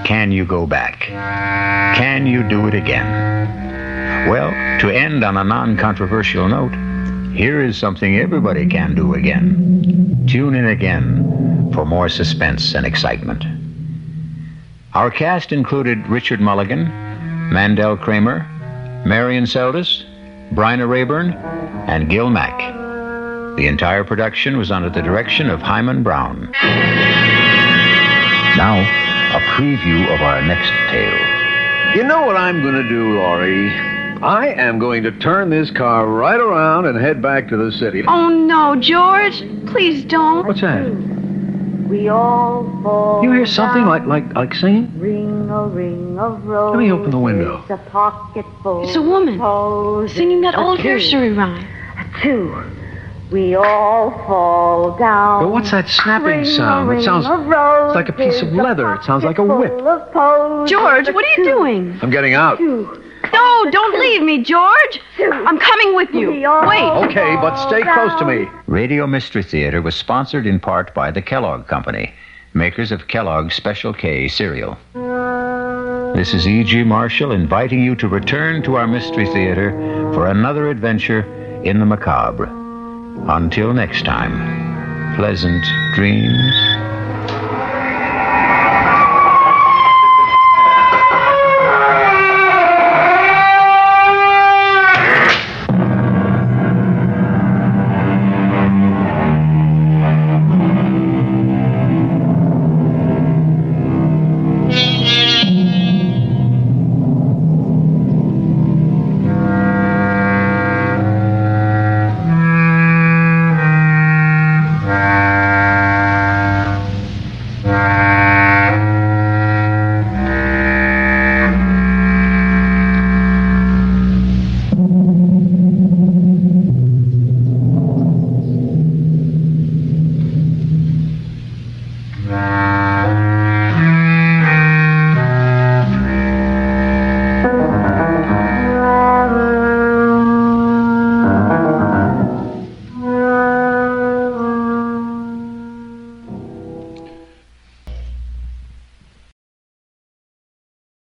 Speaker 1: can you go back? Can you do it again? Well, to end on a non controversial note, here is something everybody can do again. Tune in again for more suspense and excitement. Our cast included Richard Mulligan, Mandel Kramer, Marion Seldes, Bryna Rayburn, and Gil Mack. The entire production was under the direction of Hyman Brown. Now, a preview of our next tale.
Speaker 15: You know what I'm going to do, Laurie? I am going to turn this car right around and head back to the city.
Speaker 9: Oh, no, George. Please don't.
Speaker 15: What's that?
Speaker 9: We all fall.
Speaker 15: You hear something like like like singing?
Speaker 9: Ring a ring of roses.
Speaker 15: Let me open the window.
Speaker 9: It's a pocket full. It's a woman singing that old nursery rhyme. A two. We all fall down.
Speaker 15: But what's that snapping
Speaker 9: Ring a
Speaker 15: sound? It
Speaker 9: ring
Speaker 15: sounds
Speaker 9: of
Speaker 15: it's like a piece of
Speaker 9: roses,
Speaker 15: leather. It sounds like a whip.
Speaker 9: full of posies.
Speaker 23: George, what are you
Speaker 9: Two.
Speaker 23: doing?
Speaker 15: I'm getting out.
Speaker 23: No, don't leave me, George. I'm coming with you. Wait.
Speaker 1: Okay, but
Speaker 23: stay close to
Speaker 1: me. Radio Mystery Theater was sponsored in part by the Kellogg Company, makers of Kellogg's Special K cereal. This is E.G. Marshall inviting you to return to our Mystery Theater for another adventure in the macabre. Until next time, pleasant dreams.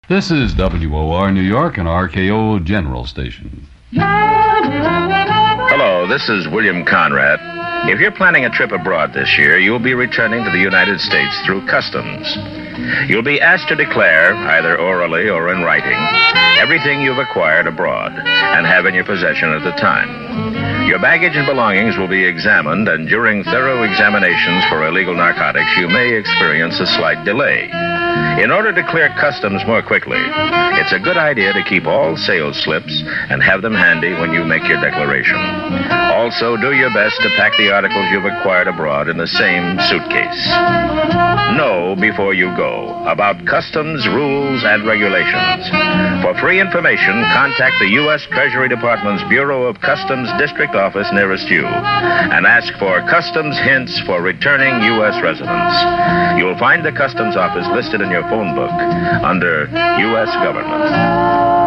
Speaker 5: This is WOR New York and RKO General Station.
Speaker 24: Hello, this is William Conrad. If you're planning a trip abroad this year, you'll be returning to the United States through customs. You'll be asked to declare, either orally or in writing, everything you've acquired abroad and have in your possession at the time. Your baggage and belongings will be examined, and during thorough examinations for illegal narcotics, you may experience a slight delay. In order to clear customs more quickly, it's a good idea to keep all sales slips and have them handy when you make your declaration. Also, do your best to pack the articles you've acquired abroad in the same suitcase. Know before you go about customs rules and regulations. For free information, contact the U.S. Treasury Department's Bureau of Customs District Office nearest you and ask for customs hints for returning U.S. residents. You'll find the customs office listed in your phone book under U.S. Government.